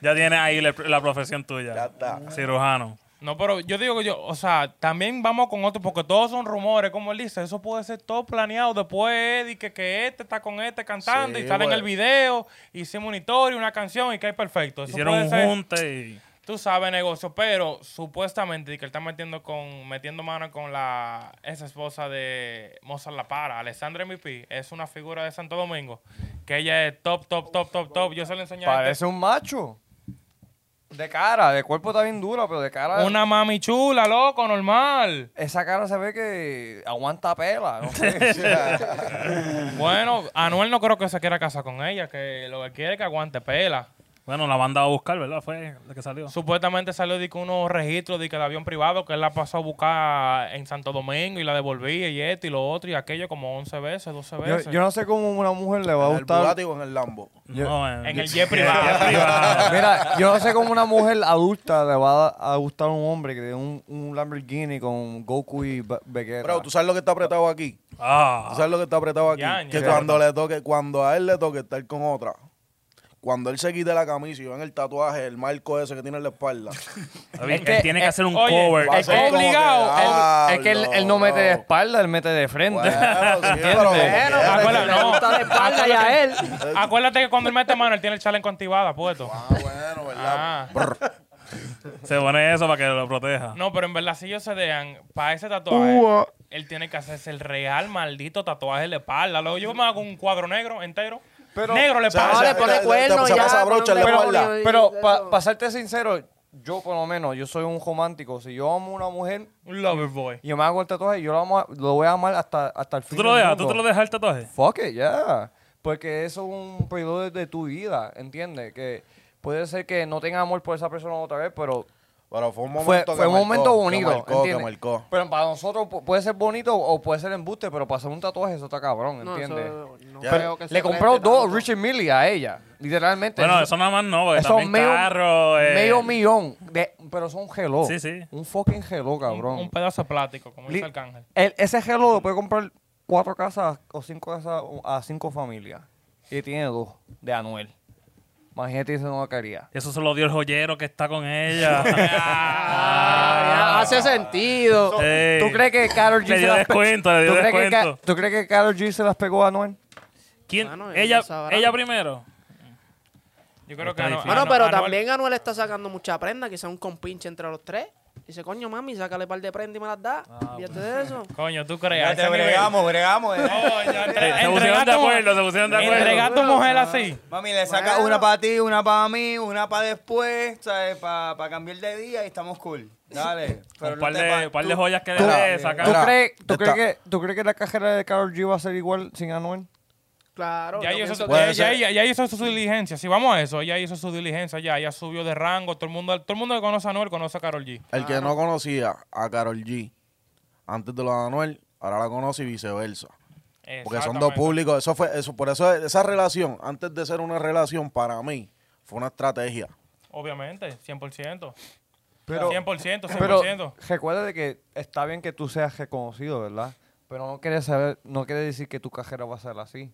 S5: Ya tienes ahí la, la profesión tuya.
S6: Ya está.
S5: Cirujano.
S1: No, pero yo digo que yo, o sea, también vamos con otro, porque todos son rumores, como él dice, eso puede ser todo planeado. Después Eddie, que, que este está con este cantando
S6: Sí,
S1: y sale en
S6: güey.
S1: el video, y se monitor y una canción y cae perfecto. Eso
S5: Hicieron
S1: puede
S5: un
S1: ser,
S5: junte y.
S1: tú sabes, negocio, pero supuestamente que él está metiendo con metiendo mano con la esa esposa de Mozart La Para, Alessandra MP, es una figura de Santo Domingo, que ella es top, top, top, top, top. Yo se la enseñé a este-
S4: Parece un macho. De cara, de cuerpo está bien duro, pero de cara.
S1: una mami chula, loco, normal.
S4: Esa cara se ve que aguanta pela. <laughs> no sé, o sea,
S1: Bueno, Anuel no creo que se quiera casar con ella, que lo que quiere es que aguante pela.
S5: Bueno, la banda a buscar, ¿verdad? Fue la que salió.
S1: Supuestamente salió de que unos registros de que el avión privado que él la pasó a buscar en Santo Domingo y la devolvía y esto y lo otro y aquello como 11 veces, 12
S4: yo,
S1: veces.
S4: yo no sé cómo una mujer le va a
S6: En el
S4: gustar.
S6: Bugatti o en el Lambo.
S5: No,
S1: En
S5: <laughs>
S1: el jet privado. <laughs>
S5: jet privado.
S4: Ah, Mira, yo no sé cómo una mujer adulta le va a a gustar a un hombre que tiene un, un Lamborghini con Goku y Ba- Vegeta.
S6: Bro, ¿tú sabes lo que está apretado aquí? ¿Tú
S5: Ah.
S6: sabes lo que está apretado aquí?
S1: Ya, ya.
S6: que cuando le toque, cuando a él le toque estar con otra, cuando él se quite la camisa y vean el tatuaje, el marco ese que tiene en
S4: <laughs>
S6: la espalda.
S5: David,
S4: Es
S5: él
S4: que-
S5: tiene que
S4: eh,
S5: hacer un
S1: oye,
S5: cover.
S6: va a
S1: Es
S6: ser como
S1: obligado,
S6: que,
S4: es que él, él no mete de
S6: "Diablo". Ah,
S4: espalda, él mete de frente. <laughs>
S6: Bueno, sí, pero como
S3: Bueno,
S6: quiera.
S1: acuérdate,
S3: le
S1: no.
S3: gusta de espalda y a él.
S1: Acuérdate que cuando él mete mano, él tiene el chaleco antibada puesto.
S6: Ah, bueno, ¿verdad?
S1: Ah.
S6: Brr.
S5: Se pone eso para que lo proteja.
S1: No, pero en verdad, si ellos se dejan, para ese tatuaje, él tiene que hacerse el real maldito tatuaje en la espalda. Luego yo me hago un cuadro negro entero.
S4: Pero-
S1: negro le
S6: o sea,
S1: espalda.
S6: o
S3: Ahora
S6: sea,
S3: le pone
S6: te- te-
S3: cuerno
S6: se
S3: y ya,
S6: pasa
S3: pone un
S6: brocha en la
S3: demonio
S6: espalda.
S3: y-
S4: Pero para
S3: eso.
S4: ser sincero, yo por lo menos, yo soy un romántico. Si yo amo a una mujer
S1: Un lover boy.
S4: y yo me hago el tatuaje, yo lo, amo a- lo voy a amar hasta, hasta el
S5: ¿Tú
S4: fin
S5: te lo
S4: del
S5: dejas? ¿Tú te lo
S4: mundo.
S5: dejas el tatuaje?
S4: Fuck it, yeah. Porque eso es un periodo de, de tu vida, ¿entiendes? Que puede ser que no tenga amor por esa persona otra vez, pero
S6: Pero fue un momento
S4: fue,
S6: que
S4: fue un
S6: marcó,
S4: momento
S6: que
S4: bonito,
S6: marcó, que
S4: ¿entiendes?
S6: marcó.
S4: Pero para nosotros pu- puede ser bonito o puede ser embuste, pero para hacer un tatuaje eso está cabrón,
S3: No, eso
S4: ¿entiendes?
S3: no
S6: Ya.
S3: creo que se
S4: Le compró
S3: preste
S4: dos
S3: tanto.
S4: Richard Millie a ella, literalmente.
S5: Bueno, eso nada más no, porque
S4: Eso
S5: también
S4: medio,
S5: carro, eh,
S4: medio millón, de- pero son geló.
S5: Sí, sí.
S4: Un fucking geló,
S1: Un,
S4: cabrón.
S1: un pedazo de plástico, como
S4: Li-
S1: dice Arcángel.
S4: El- ese geló lo puede comprar cuatro casas o cinco casas a cinco familias. Y tiene dos de Anuel. Imagínate esa no quería.
S5: Eso se lo dio el joyero que está con ella.
S3: Ah, ya,
S5: <laughs>
S3: hace sentido.
S6: Eh,
S5: Ey.
S4: <laughs> ¿Tú crees que Carol G
S5: Le
S4: se
S5: dio
S4: las pe-
S5: descuento, le dio
S4: ¿Tú crees que Ka-
S5: descuento.
S4: ¿Tú crees que Carol G se las pegó a Anuel?
S5: ¿Quién?
S3: Mano, ellos
S5: ella,
S3: no sabrán.
S5: ella primero.
S1: Yo creo que ah,
S5: Está
S1: Ano-
S5: difícil.
S1: Ano-
S3: Bueno, pero
S1: Anuel-
S3: también Anuel está sacando mucha prenda, quizá un compinche entre los tres. Dice, coño, mami, sácale par de prenda y me las da. Fíjate de eso.
S1: Coño, tú crees. a
S2: Ya
S1: ese
S2: te
S1: nivel.
S2: bregamos, bregamos. eh.
S1: Coño, entre-
S5: Se
S1: entregar
S5: pusieron de
S1: tu-
S5: acuerdo, se pusieron de
S1: entregar
S5: acuerdo.
S1: a tu mujer así.
S2: Mami, le sacas
S3: Bueno.
S2: una para ti, una para mí, una para después, ¿sabes? Para cambiar de día y estamos cool. Dale. Pero
S5: Un par
S2: no
S5: de,
S2: te pa-
S5: par de
S2: tú-
S5: joyas que
S4: tú-
S5: le
S4: ¿Tú,
S5: sacaron.
S6: Mira,
S4: crees, tú,
S6: está-
S4: crees que, ¿Tú crees que la cajera de Carol G va a ser igual sin Anuel?
S3: Claro.
S1: Ya
S3: yo
S1: hizo,
S3: pienso
S1: su,
S3: que-
S1: ya,
S6: Puede ser.
S1: ya- ya hizo su diligencia. Si vamos a eso, ella hizo su diligencia ya. Ella subió de rango. Todo el mundo, todo el mundo que conoce a Anuel conoce a Carol G.
S6: El que no conocía a Carol G antes de lo de Anuel, ahora la conoce y viceversa. Porque son dos
S1: Exactamente.
S6: públicos. Eso fue, eso, por eso esa relación, antes de ser una relación para mí, fue una estrategia.
S1: Obviamente, 100%.
S4: Pero-
S1: 100%, 100%.
S4: Pero recuerda de que está bien que tú seas reconocido, ¿verdad? Pero no quiere saber, no quiere decir que tu cajera va a ser así.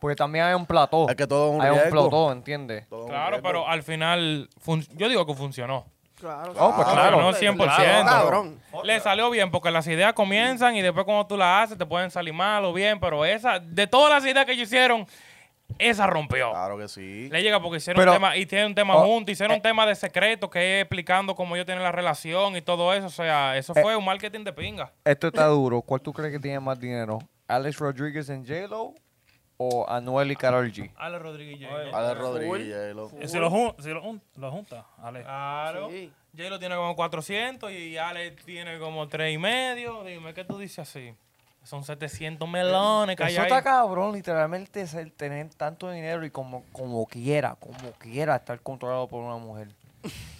S4: Porque también hay un plató.
S6: Es que todo es un
S4: Hay un
S6: riesgo.
S4: plató, ¿entiendes?
S6: Todo un
S1: claro,
S6: reto.
S1: pero al final, fun- yo digo que funcionó.
S3: Claro.
S4: Oh, pues
S3: sí.
S4: claro.
S1: No, 100%.
S3: Cabrón.
S1: Le salió bien porque las ideas comienzan y después cuando tú las haces te pueden salir mal o bien, pero esa, de todas las ideas que ellos hicieron, esa rompió.
S6: Claro que sí.
S1: Le llega porque hicieron
S4: Pero-
S1: un tema y tienen un tema
S4: Oh,
S1: junto, hicieron un tema de secreto que es explicando cómo ellos tienen la relación y todo eso. O sea, eso fue un marketing de pinga.
S4: Esto está duro. ¿Cuál tú crees que tiene más dinero? ¿Alex Rodríguez en J-Lo o Anuel y Carol G?
S1: Ale Rodríguez. <laughs>
S6: Ale Rodríguez. lo-
S5: Y Eh, Si lo, jun- si lo, jun- lo junta, Ale.
S1: Claro.
S3: Sí.
S1: Jay lo tiene como 400 y Ale tiene como 3 y medio. Dime, ¿qué tú dices así? Son 700 melones que hay
S4: Eso
S1: ahí. <laughs>
S4: está cabrón, literalmente, es el tener tanto dinero y como, como quiera, como quiera estar controlado por una mujer.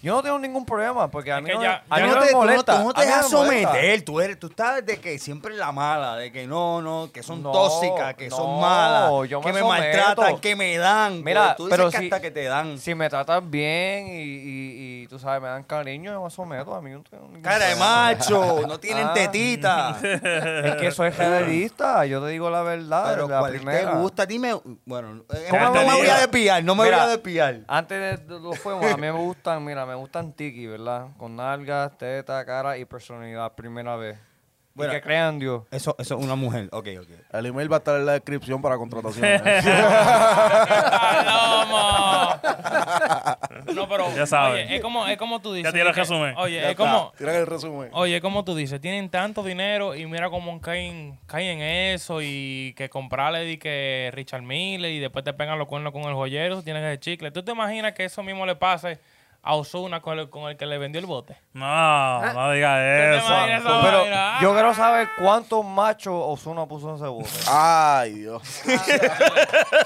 S4: Yo no tengo ningún problema porque a
S1: Es
S4: mí
S1: que
S4: no,
S1: ya-
S4: a
S1: ya
S4: mí
S2: Tú no
S4: no me
S2: te, tú no-
S4: molesta.
S2: tú no te
S4: a mí
S2: dejas
S4: no me molesta.
S2: someter, tú, eres, tú estás de que siempre la mala, de que no, no, que son
S4: No,
S2: tóxicas, que
S4: no,
S2: son malas,
S4: yo me
S2: que me
S4: someto.
S2: maltratan, que me dan.
S4: Mira,
S2: pero tú dices
S4: pero
S2: que
S4: si-
S2: hasta que te dan.
S4: Si me tratan bien y, y- y, tú sabes, me dan cariño, yo me someto. A mí no tengo ningún
S2: Cara de
S4: problema.
S2: macho, no tienen
S4: Ah.
S2: tetita.
S4: Es que soy generalista, yo te digo la verdad.
S2: Pero
S4: la
S2: cuál
S4: primera.
S2: te gusta, dime. Bueno, eh,
S5: ¿Cómo
S2: no
S5: te
S2: me voy
S5: digo?
S2: a despiar, no me
S4: Mira.
S2: voy a despiar.
S4: Antes de- de los fuegos, a mí me gustan, mira, me gustan tiki, ¿verdad? Con nalgas, teta, cara y personalidad, primera vez.
S2: Bueno.
S4: y que crean Dios.
S2: Eso, eso es una mujer. Ok, ok.
S6: El email va a estar en la descripción para
S1: <laughs>
S6: contrataciones.
S1: ¡Palomo! No, pero.
S5: Ya sabes.
S1: oye, es, como, es como tú dices.
S5: Ya tienes
S1: que-
S5: resumen.
S1: Oye,
S6: Ya
S1: es como.
S6: está. Tiran el resumen.
S1: Oye, es como tú dices, tienen tanto dinero y mira cómo caen, caen en eso y que comprarle y que Richard Mille y después te pegan los cuernos con el joyero, tienes ese chicle. ¿Tú te imaginas que eso mismo le pase a Osuna con el, con el que le vendió el <laughs> bote?
S5: No, no diga
S1: Ah, te
S5: eso.
S1: imaginas esa
S4: Pero
S1: vaina? ah.
S4: yo quiero saber cuántos machos Osuna puso en ese bote.
S6: Ay, Dios.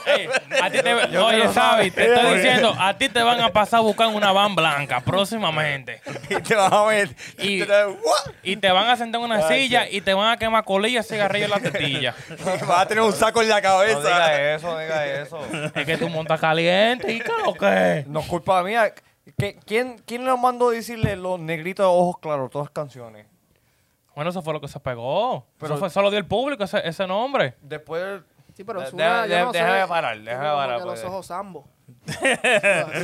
S1: Ey, a ti te, oye, Xavi, te estoy diciendo, a ti te van a pasar a buscar una van blanca próximamente.
S2: <laughs> Y te vas a ver.
S1: Y-
S2: te vas a ver, ¡guau!
S1: Y te van a sentar en una silla y te van a quemar colillas, cigarrillos en la tetilla.
S2: Y vas a tener un saco en la cabeza.
S4: No diga eso, no diga eso.
S1: Es que tú montas caliente y qué lo que.
S4: No es culpa mía. ¿Qué- ¿Quién, ¿Quién le mandó decirle los negritos de ojos claros, todas las canciones?
S1: Bueno, eso fue lo que se pegó.
S4: Pero-
S1: eso, fue, eso lo dio el público, ese, ese nombre.
S5: <laughs>
S4: Después...
S3: Sí, pero
S4: De-
S3: Ozuna,
S4: de-
S3: yo
S4: de-
S3: no sé.
S4: déjame parar,
S3: Tiene
S4: déjame
S3: como
S4: parar,
S3: que
S4: pues.
S3: los ojos ambos.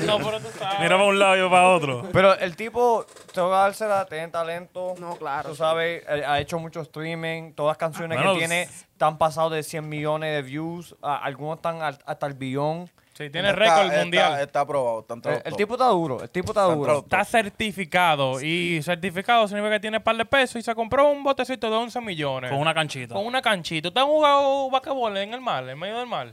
S1: No, pero tú sabes.
S5: Mira para un lado y yo para otro.
S4: Pero el tipo, tengo que dársela, tiene talento.
S3: No, claro.
S4: Tú sabes, eh, ha hecho mucho streaming. Todas las canciones
S5: Bueno,
S4: que tiene
S5: s-
S4: están pasado de 100 millones de views. a- algunos están al- hasta el billón.
S1: Sí, tiene
S6: Está-
S1: récord
S6: está-
S1: mundial.
S6: Está aprobado. Está entre
S4: Eh, El,
S6: los
S4: el
S6: top.
S4: tipo está duro, el tipo está
S6: Está
S4: duro.
S6: entre
S1: Está certificado. Y certificado significa que tiene par de pesos y se compró un botecito de 11 millones.
S5: Con una canchita.
S1: Con una canchita. ¿Ustedes han jugado basquetbol en el mar, en medio del mar?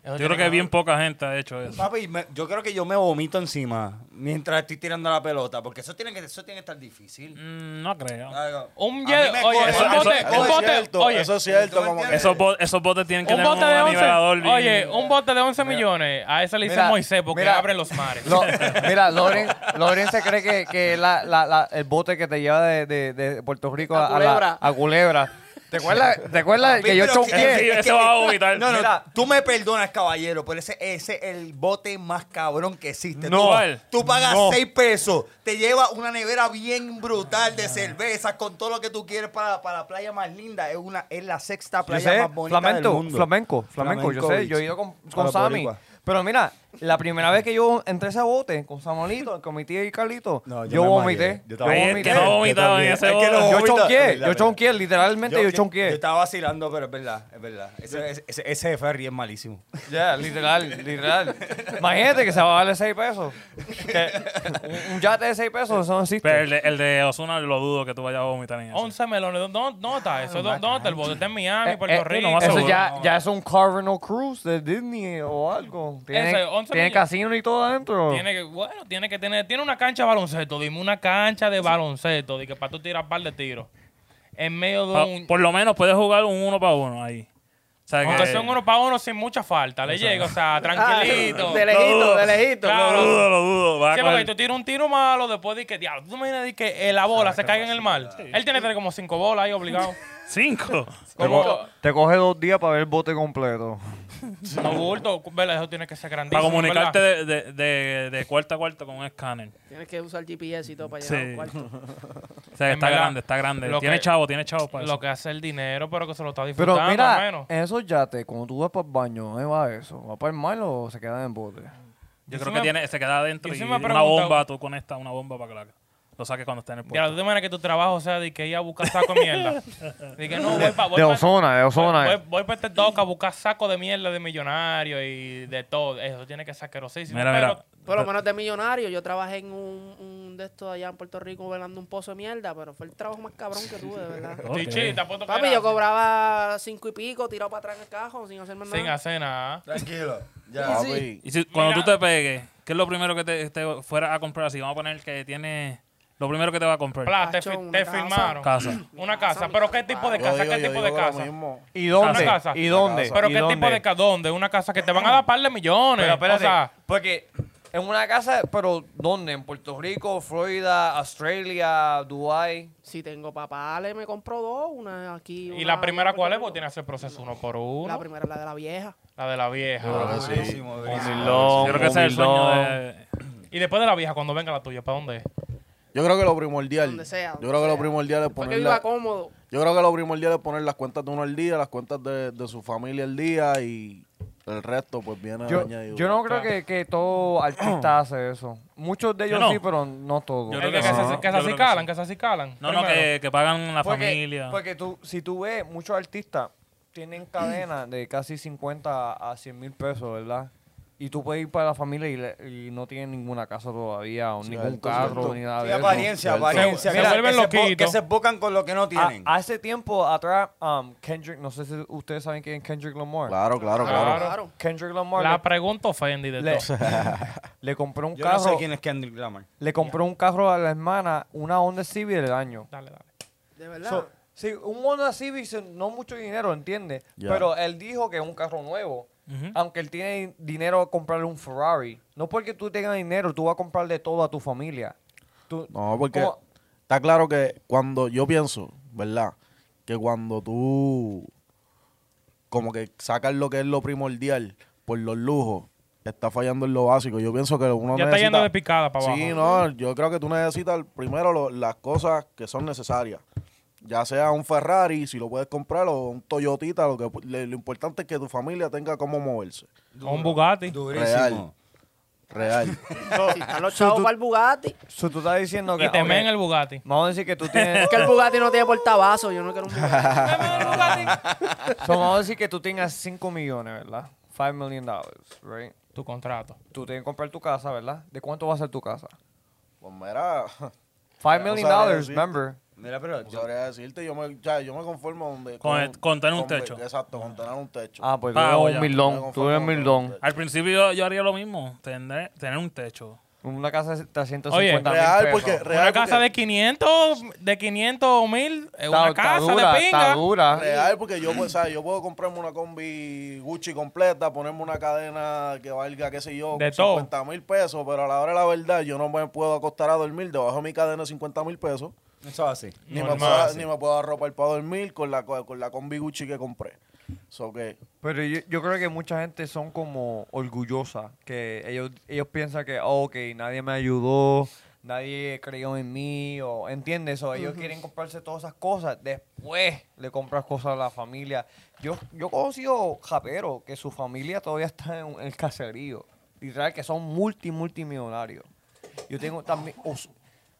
S1: Eso
S5: Yo
S1: tiene
S5: creo que bien poca gente ha hecho eso.
S2: Papi, me- yo creo que yo me vomito encima mientras estoy tirando la pelota, porque eso tiene que, eso tiene que estar difícil.
S5: Mm, no creo.
S2: Algo.
S1: Un
S2: A mí
S1: ye-
S2: me
S1: oye,
S2: coge-
S1: Ah, eso-
S2: a mí
S5: eso-
S2: me
S1: eso-
S2: coge-
S1: un
S6: Eso es
S1: bote-
S6: cierto,
S1: oye.
S6: Eso es cierto.
S2: ¿Tú me
S6: como que-
S5: Esos, bo- esos botes tienen que
S1: Un
S5: tener
S1: bote de 11.
S5: nivelador bien-
S1: Oye, un bote de 11 millones. A ese le dice
S4: mira,
S1: Moisés porque
S4: mira.
S1: abre los mares. <laughs>
S4: Lo- mira, Loren, Loren se cree que, que la- la- la- el bote que te lleva de, de- de Puerto Rico a,
S3: A
S4: a la-
S3: Culebra.
S4: a Culebra. ¿Te acuerdas, ¿te acuerdas que yo
S2: Pero
S5: Sí,
S4: choqué?
S2: que-
S5: ese va a vomitar.
S2: No, no,
S4: Mira.
S2: tú me perdonas, caballero, pero ese ese es el bote más cabrón que existe.
S5: No.
S2: Tú, tú pagas
S5: No.
S2: 6 pesos, te lleva una nevera bien brutal de cervezas con todo lo que tú quieres para, para la playa más linda. Es, una, es la sexta
S4: Yo
S2: playa
S4: sé,
S2: más bonita del
S4: flamenco,
S2: mundo.
S4: flamenco, flamenco, yo sé,
S2: Flamenco,
S4: yo he ido con,
S2: bicho.
S4: con
S2: Para
S4: Sammy.
S2: boricua.
S4: Pero mira, la primera vez que yo entré a ese bote con Samuelito, el comité y Carlito,
S2: No, yo
S4: yo,
S2: me
S4: vomité.
S2: mareé. Yo
S4: Yo
S2: también.
S5: Ahí es que no
S4: vomité.
S5: vomitaba en
S2: también.
S5: ese
S2: Es que no-
S5: bote.
S4: Yo chonqué,
S2: Vomita.
S4: yo chonqué, literalmente yo
S2: Yo
S4: chonqué.
S2: estaba vacilando, pero es verdad, es verdad. Ese, ese, ese- ese ferry es malísimo.
S4: Ya, literal, literal. Imagínate que se va a darle 6 pesos. Que un, un yate de 6 pesos, eso no existe.
S5: Pero el de, el de Osuna lo dudo que tú vayas a vomitar en eso.
S1: 11 melones. ¿Dó- ¿Dónde, dónde está eso? ¿Dó- ¿Dónde está el bote? Está en Miami,
S4: Eh,
S1: Puerto
S4: eh,
S1: Rico.
S5: no, más
S4: eso
S5: seguro,
S4: ya,
S5: no.
S4: ya es un Cardinal Cruise de Disney o algo. Tiene,
S1: Ese, 11
S4: tiene
S1: millones.
S4: casino y todo adentro.
S1: Tiene que, bueno, tiene que tener, tiene una cancha de baloncesto, dime una cancha de baloncesto, de que para tú tirar par de tiros. En medio de
S5: Pa-
S1: un
S5: Por lo menos puedes jugar un uno para uno ahí. O sea
S1: aunque
S5: que-
S1: sea un uno para uno sin mucha falta, le llega, o sea,
S3: Ah,
S1: tranquilito.
S3: de lejito, de lejito.
S1: Claro.
S5: Lo dudo, lo dudo. Va a
S1: Sí, porque
S5: coger-
S1: tú tiras un tiro malo, después de que, diablo, tú te imaginas de que eh, la bola se caiga en el mar. Él tiene que tener como cinco bolas ahí obligado.
S5: Cinco. <laughs>
S4: Te,
S1: Como-
S4: co- te coge dos días para ver el bote completo.
S1: no bulto, ¿verdad? Eso tiene que ser grandísimo.
S5: Para comunicarte
S1: ¿verdad?
S5: de, de, de, de cuarto a cuarto con un escáner.
S3: Tienes que usar GPS y todo para
S5: Sí.
S3: llegar al cuarto.
S5: O sea,
S1: En
S5: está
S1: verdad,
S5: grande, está grande.
S1: lo
S5: Tiene
S1: que-
S5: chavo, tiene chavo para
S1: lo
S5: eso.
S1: que hace el dinero, pero que se lo está
S4: Pero
S1: disfrutando al
S4: mira, eh,
S1: menos.
S4: en esos yates, cuando tú vas para el baño, ¿dónde va eso? ¿Va para el mar o se queda en el bote?
S5: Yo
S1: Yo
S5: creo
S1: sí
S5: que
S1: me-
S5: tiene, se queda adentro
S1: yo
S5: y
S1: sí me he
S5: una
S1: preguntado-
S5: bomba, tú conectas una bomba para que la- lo saques cuando esté en el
S1: Ya,
S5: puerto.
S1: tú te imaginas que tu trabajo sea de que ir a buscar saco de mierda. De que no, voy para
S4: De ozona, de ozona.
S1: Voy, voy para este dock a buscar saco de mierda de millonario y de todo. Eso tiene que ser asquerosísimo.
S5: Mira, mira.
S3: Por lo menos de millonario. Yo trabajé en un, un de estos allá en Puerto Rico velando un pozo de mierda, pero fue el trabajo más cabrón que tuve, de verdad. <laughs>
S1: Pero, Chichi, te apuesto que
S3: Papi,
S1: era
S3: yo cobraba cinco y pico, tirado para atrás en el cajón sin hacerme nada.
S1: Sin hacer nada.
S2: Tranquilo. Ya.
S6: Papi,
S5: Y si, cuando
S1: Mira.
S5: tú te pegues, ¿qué es lo primero que te, te fuera a comprar? Si vamos a poner que tiene... Lo primero que te va a comprar.
S1: Pla, te,
S3: Hacho,
S1: fi-
S3: una
S1: te
S3: casa.
S1: firmaron.
S5: Casa.
S1: Una casa. ¿Pero qué tipo de
S6: yo
S1: casa?
S6: digo-
S1: ¿Qué
S6: yo
S1: este tipo de
S6: digo lo
S1: casa?
S6: mismo.
S4: ¿Y
S1: Una
S4: dónde?
S1: casa.
S4: ¿Y dónde?
S1: ¿Pero
S4: ¿Y
S1: qué tipo
S4: dónde?
S1: de casa? ¿Dónde? Una casa que te van a dar par de millones.
S4: Pero espérate,
S1: O sea,
S4: porque en una casa, pero ¿dónde? ¿En Puerto Rico, Florida, Australia, Dubai?
S3: Si tengo papales, me compro dos, una
S1: ¿y
S3: aquí. una
S1: la
S3: allá
S1: primera
S3: en
S1: cuál es?
S3: Puerto
S1: Porque tiene que hacer proceso uno por
S3: Rico. La
S1: uno.
S3: primera es la de la vieja.
S1: La de la vieja.
S2: Buenísimo, buenísimo.
S5: Yo creo que ese es el sueño de...
S1: Y después de la vieja, cuando venga la tuya, ¿para dónde es?
S6: Yo creo que lo primordial.
S3: Donde sea,
S6: Yo
S3: donde
S6: creo que lo
S3: sea.
S6: primordial es
S3: Porque
S6: poner
S3: viva
S6: la-
S3: cómodo.
S6: Yo creo que lo primordial es poner las cuentas de uno al día, las cuentas de, de su familia al día y el resto pues viene
S4: Yo,
S6: añadido.
S4: yo no creo que, que todo artista hace eso. Muchos de ellos
S5: Yo no.
S4: sí, pero no todos.
S5: Yo
S1: El
S5: creo
S1: Que se
S5: que sí.
S1: que se
S5: Yo creo que
S1: acicalan,
S5: sí.
S1: que se acicalan.
S5: No, no,
S1: primero.
S5: que, que pagan la
S4: porque,
S5: familia.
S4: Porque tú, si tú ves, muchos artistas tienen cadenas de casi 50 a 100 mil pesos, ¿verdad? Y tú puedes ir para la familia y, le- y no tienen ninguna casa todavía, o ningún
S6: cierto,
S4: carro,
S6: cierto.
S4: ni nada
S2: Sí,
S4: de eso.
S2: apariencia, apariencia.
S1: Se- se
S2: Mira,
S1: vuelven
S2: que bo-
S1: loquitos.
S2: que se bocan con lo que no tienen.
S4: A- hace tiempo atrás, um, Kendrick, no sé si ustedes saben quién es Kendrick Lamar.
S6: Claro, claro, claro.
S1: Claro.
S4: Kendrick Lamar
S1: La
S4: le-
S1: pregunta ofendi de
S4: le,
S1: todo.
S5: <laughs>
S4: le compró un
S2: Yo
S4: carro,
S2: no sé quién es Kendrick Lamar.
S4: le compró un carro a la hermana, una Honda Civic del año.
S1: Dale, dale.
S3: De verdad.
S4: So, sí, un Honda Civic se- no mucho dinero, ¿entiendes?
S6: Ya.
S4: Pero él dijo que es un carro nuevo. Aunque él tiene dinero a comprarle un Ferrari. No porque tú tengas dinero, tú vas a comprarle todo a tu familia. Tú-
S6: No, porque
S4: ¿Cómo?
S6: está claro que cuando yo pienso, ¿verdad? Que cuando tú como que sacas lo que es lo primordial por los lujos, está fallando en lo básico. Yo pienso que uno
S1: Ya
S6: necesita...
S1: está yendo de picada para abajo.
S6: Sí, no, yo creo que tú necesitas primero lo- las cosas que son necesarias. Ya sea un Ferrari, si lo puedes comprar, o un Toyotita, lo, que, le- lo importante es que tu familia tenga cómo moverse.
S1: O un Bugatti.
S2: Durísimo.
S6: Real.
S3: <laughs>
S6: Real.
S3: Si están
S6: <laughs>
S3: los chavos
S4: tú-
S3: para el Bugatti.
S4: So, tú estás diciendo que.
S1: Y te
S4: ok,
S1: meen el Bugatti.
S4: Vamos a decir que tú
S1: <laughs>
S4: tienes.
S3: Es que el Bugatti no tiene portavasos. Yo no quiero un Bugatti.
S1: Me meen el Bugatti.
S4: so, vamos a decir que tú tengas 5 millones, ¿verdad? 5 million dollars, right?
S1: Tu contrato.
S4: Tú tienes que comprar tu casa, ¿verdad? ¿De cuánto va a ser tu casa?
S6: pues mira,
S4: 5 million
S6: sabría
S4: dollars,
S6: decirte.
S4: remember.
S2: Mira, pero
S6: no
S2: yo-
S6: sabría decirte, yo me, o sea, yo me conformo donde-
S5: Con el- con tener un techo.
S6: Exacto, con tener un techo.
S4: Ah, pues tú
S5: Pago
S4: eres
S5: ya.
S4: un
S6: Me
S4: milón.
S6: conformo
S4: Tú eres un
S6: con tener un
S4: milón.
S6: techo.
S5: Al principio yo, yo haría lo mismo, tener, tener un techo.
S4: Una casa de 350
S1: Oye,
S4: mil
S6: Real,
S4: pesos.
S6: porque real
S1: Una casa
S6: porque-
S1: de 500, de 500 mil, eh,
S4: Está-
S1: una
S4: está
S1: casa
S4: dura,
S1: de
S4: Está
S1: pinga.
S4: dura.
S6: Real, porque yo, pues, ¿sabes? yo puedo comprarme una combi Gucci completa, ponerme una cadena que valga, qué sé yo,
S1: De todo.
S6: 50 mil pesos, pero a la hora de la verdad yo no me puedo acostar a dormir debajo de mi cadena de 50 mil pesos,
S2: Eso es así.
S6: ni me,
S1: Normal.
S6: puedo, ni me puedo arropar para dormir con la, co- con la combi Gucci que compré. So que,
S4: Pero yo, yo creo que mucha gente son como orgullosa, que ellos, ellos piensan que, oh, ok, nadie me ayudó, nadie creyó en mí, o ¿entiendes? O ellos quieren comprarse todas esas cosas, después le compras cosas a la familia. Yo yo he conocido japeros que su familia todavía está en, en el caserío, literal, que son multi, multimillonarios. Yo tengo también... Os-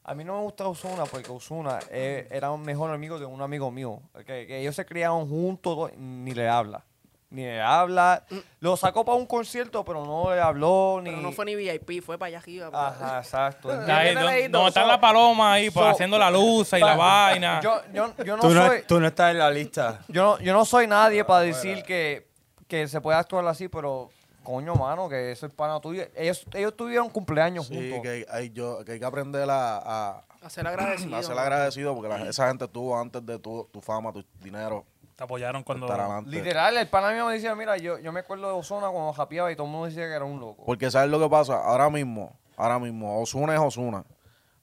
S4: a mí no me gusta Osuna porque Osuna era un mejor amigo de un amigo mío. Que, que ellos se criaron juntos, do- ni le habla. Ni le habla. Lo sacó para un concierto, pero no le habló ni.
S3: Pero no fue ni VIP, fue para allá arriba. pues.
S4: Ajá, exacto.
S1: Está ahí,
S4: Viene
S1: don-
S4: leído,
S1: no, está
S4: so-
S1: la paloma ahí, pues,
S4: so-
S1: haciendo la luz y la vaina.
S4: Yo, yo, yo no
S2: Tú no,
S4: soy.
S2: tú no estás en la lista.
S4: Yo no, yo no soy nadie para decir que, que se puede actuar así, pero coño, mano, que eso es pana tuyo. Ellos, ellos tuvieron cumpleaños
S6: sí,
S4: juntos.
S6: que, hay, yo, que hay que aprender a, a,
S3: Hacer agradecido.
S6: a ser agradecido, porque la- esa gente tuvo antes de tu, tu fama, tu dinero,
S5: Te apoyaron cuando...
S6: estar adelante.
S4: Literal, el pana mío me decía, mira, yo, yo me acuerdo de Osuna cuando japeaba y todo el mundo decía que era un loco.
S6: Porque sabes lo que pasa, ahora mismo, ahora mismo, Osuna es Osuna.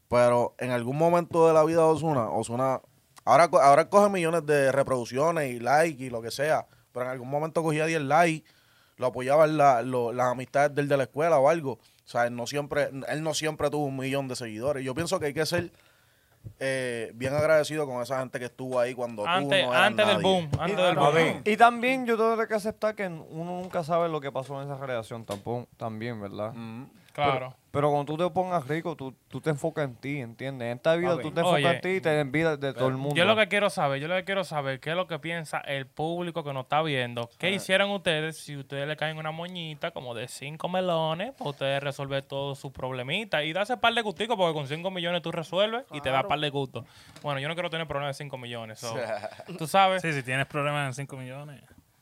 S6: Pero en algún momento de la vida de Osuna, Osuna, ahora, co- ahora coge millones de reproducciones y likes y lo que sea, pero en algún momento cogía 10 likes, lo apoyaban la- lo- las amistades del de la escuela o algo. O sea, él no siempre, él no siempre tuvo un millón de seguidores. Yo pienso que hay que ser eh, bien agradecido con esa gente que estuvo ahí cuando
S1: antes
S6: tú no eras
S1: antes del
S6: nadie.
S1: boom, antes del
S4: Claro.
S1: boom.
S4: Y también yo tengo que aceptar que uno nunca sabe lo que pasó en esa relación tampoco, también, ¿verdad?
S1: Claro.
S4: Pero cuando tú te pongas rico, tú, tú te enfocas en ti, ¿entiendes? En esta vida
S2: Papi.
S4: tú te enfocas
S1: Oye.
S4: en ti y te envidas de todo el mundo.
S1: Yo lo que quiero saber, yo lo que quiero saber, qué es lo que piensa el público que nos está viendo. ¿Qué hicieran ustedes si ustedes le caen una moñita como de cinco melones para ustedes resolver todos sus problemitas y darse par de gusticos porque con 5 millones tú resuelves y te da par de gustos? Bueno, yo no quiero tener problemas de 5 millones. so, tú sabes.
S5: Sí, si tienes problemas en 5 millones.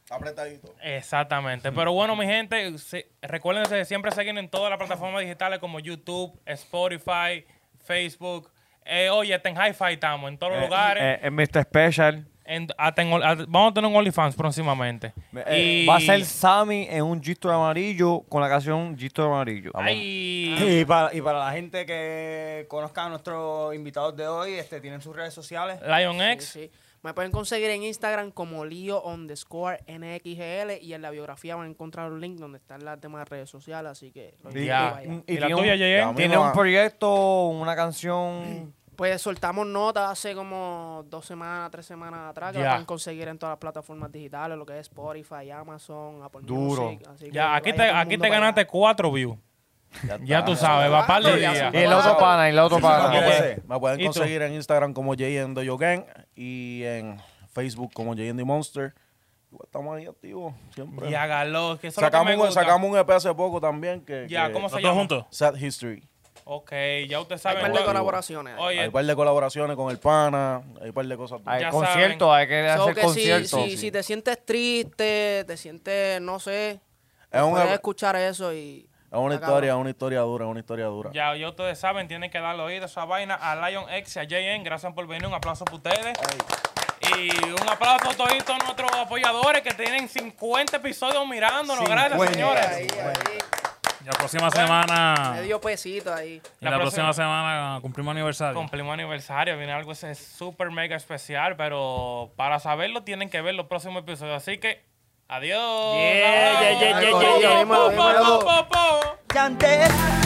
S6: Apretadito.
S1: Exactamente. Pero bueno, mi gente, se- recuerden que siempre siguen en todas las plataformas digitales como YouTube, Spotify, Facebook. Eh, oye, hasta en Hi-Fi estamos, en todos los lugares.
S4: Eh, eh, Mr. Special.
S1: En- hasta en Ol- hasta- vamos a tener un OnlyFans próximamente.
S4: eh,
S1: Y-
S4: Va a ser Sammy en un gistro amarillo con la canción Gistro amarillo.
S1: Ay,
S2: Y para, y para la gente que conozca a nuestros invitados de hoy, este, tienen sus redes sociales.
S1: Lion X.
S3: Sí, sí. Me pueden conseguir en Instagram como Leo underscore NXGL y en la biografía van a encontrar un link donde están las demás redes sociales, así que los invito
S1: Ya.
S3: para allá.
S1: Y la
S4: tiene
S1: tuya,
S4: un-
S1: Yeyen?
S6: La
S4: Tiene
S6: misma.
S4: un proyecto, una canción.
S3: Pues soltamos notas hace como dos semanas, tres semanas atrás, que
S1: Ya.
S3: la pueden conseguir en todas las plataformas digitales, lo que es Spotify, Amazon, Apple
S4: Duro.
S3: Music. así que
S1: Ya, aquí
S3: vaya
S1: te,
S3: todo el
S1: aquí
S3: mundo
S1: te
S3: para
S1: ganaste
S3: allá.
S1: cuatro views. Ya tú sabes, va par de
S3: Ah, ya
S1: días.
S4: Y el otro pana, y el otro
S1: sí,
S4: pana.
S1: sí.
S6: Ese, Me pueden
S1: ¿Y tú?
S6: conseguir en Instagram como JN The Yogan y en Facebook como JN The Monster. Igual estamos ahí activos siempre.
S1: Ya, Galo, que eso es lo que
S6: sacamos,
S1: me
S6: un,
S1: gusta.
S6: sacamos un EP hace poco también. Que,
S1: Ya,
S6: que-
S1: ¿cómo se
S5: ¿Los
S1: llama?
S5: dos juntos?
S6: Sad History.
S1: Ok, ya ustedes
S3: Hay
S1: saben.
S3: par de
S1: bueno,
S3: colaboraciones. ahí.
S6: Hay
S1: Oye,
S6: un par de colaboraciones con el pana, hay un par de cosas.
S4: Hay
S1: Ya
S4: concierto, hay que
S3: So
S4: hacer
S3: que si-
S4: conciertos.
S3: si, si te sientes triste, te sientes, no sé,
S6: Es un-
S3: puedes escuchar eso y...
S6: Es una
S3: está
S6: historia, es
S3: cabrón.
S6: una historia dura, es una historia dura.
S1: ya, ya ustedes saben, tienen que darle oído a esa vaina a Lion X y a JN. Gracias por venir, un aplauso para ustedes. Y un aplauso a todos estos nuestros apoyadores que tienen 50 episodios mirándonos. Gracias,
S2: 50.
S1: señores.
S3: Ahí, ahí,
S5: Y la próxima semana...
S3: medio pesito ahí.
S5: y la,
S1: La
S5: próxima,
S1: próxima-
S5: semana cumplimos aniversario.
S1: Cumplimos aniversario, viene algo ese súper mega especial, pero para saberlo tienen que ver los próximos episodios. Así que, adiós.
S5: Yeah, yeah, yeah, yeah, yeah, yeah.
S1: Po, po, po, po, po, po.
S2: Yandel.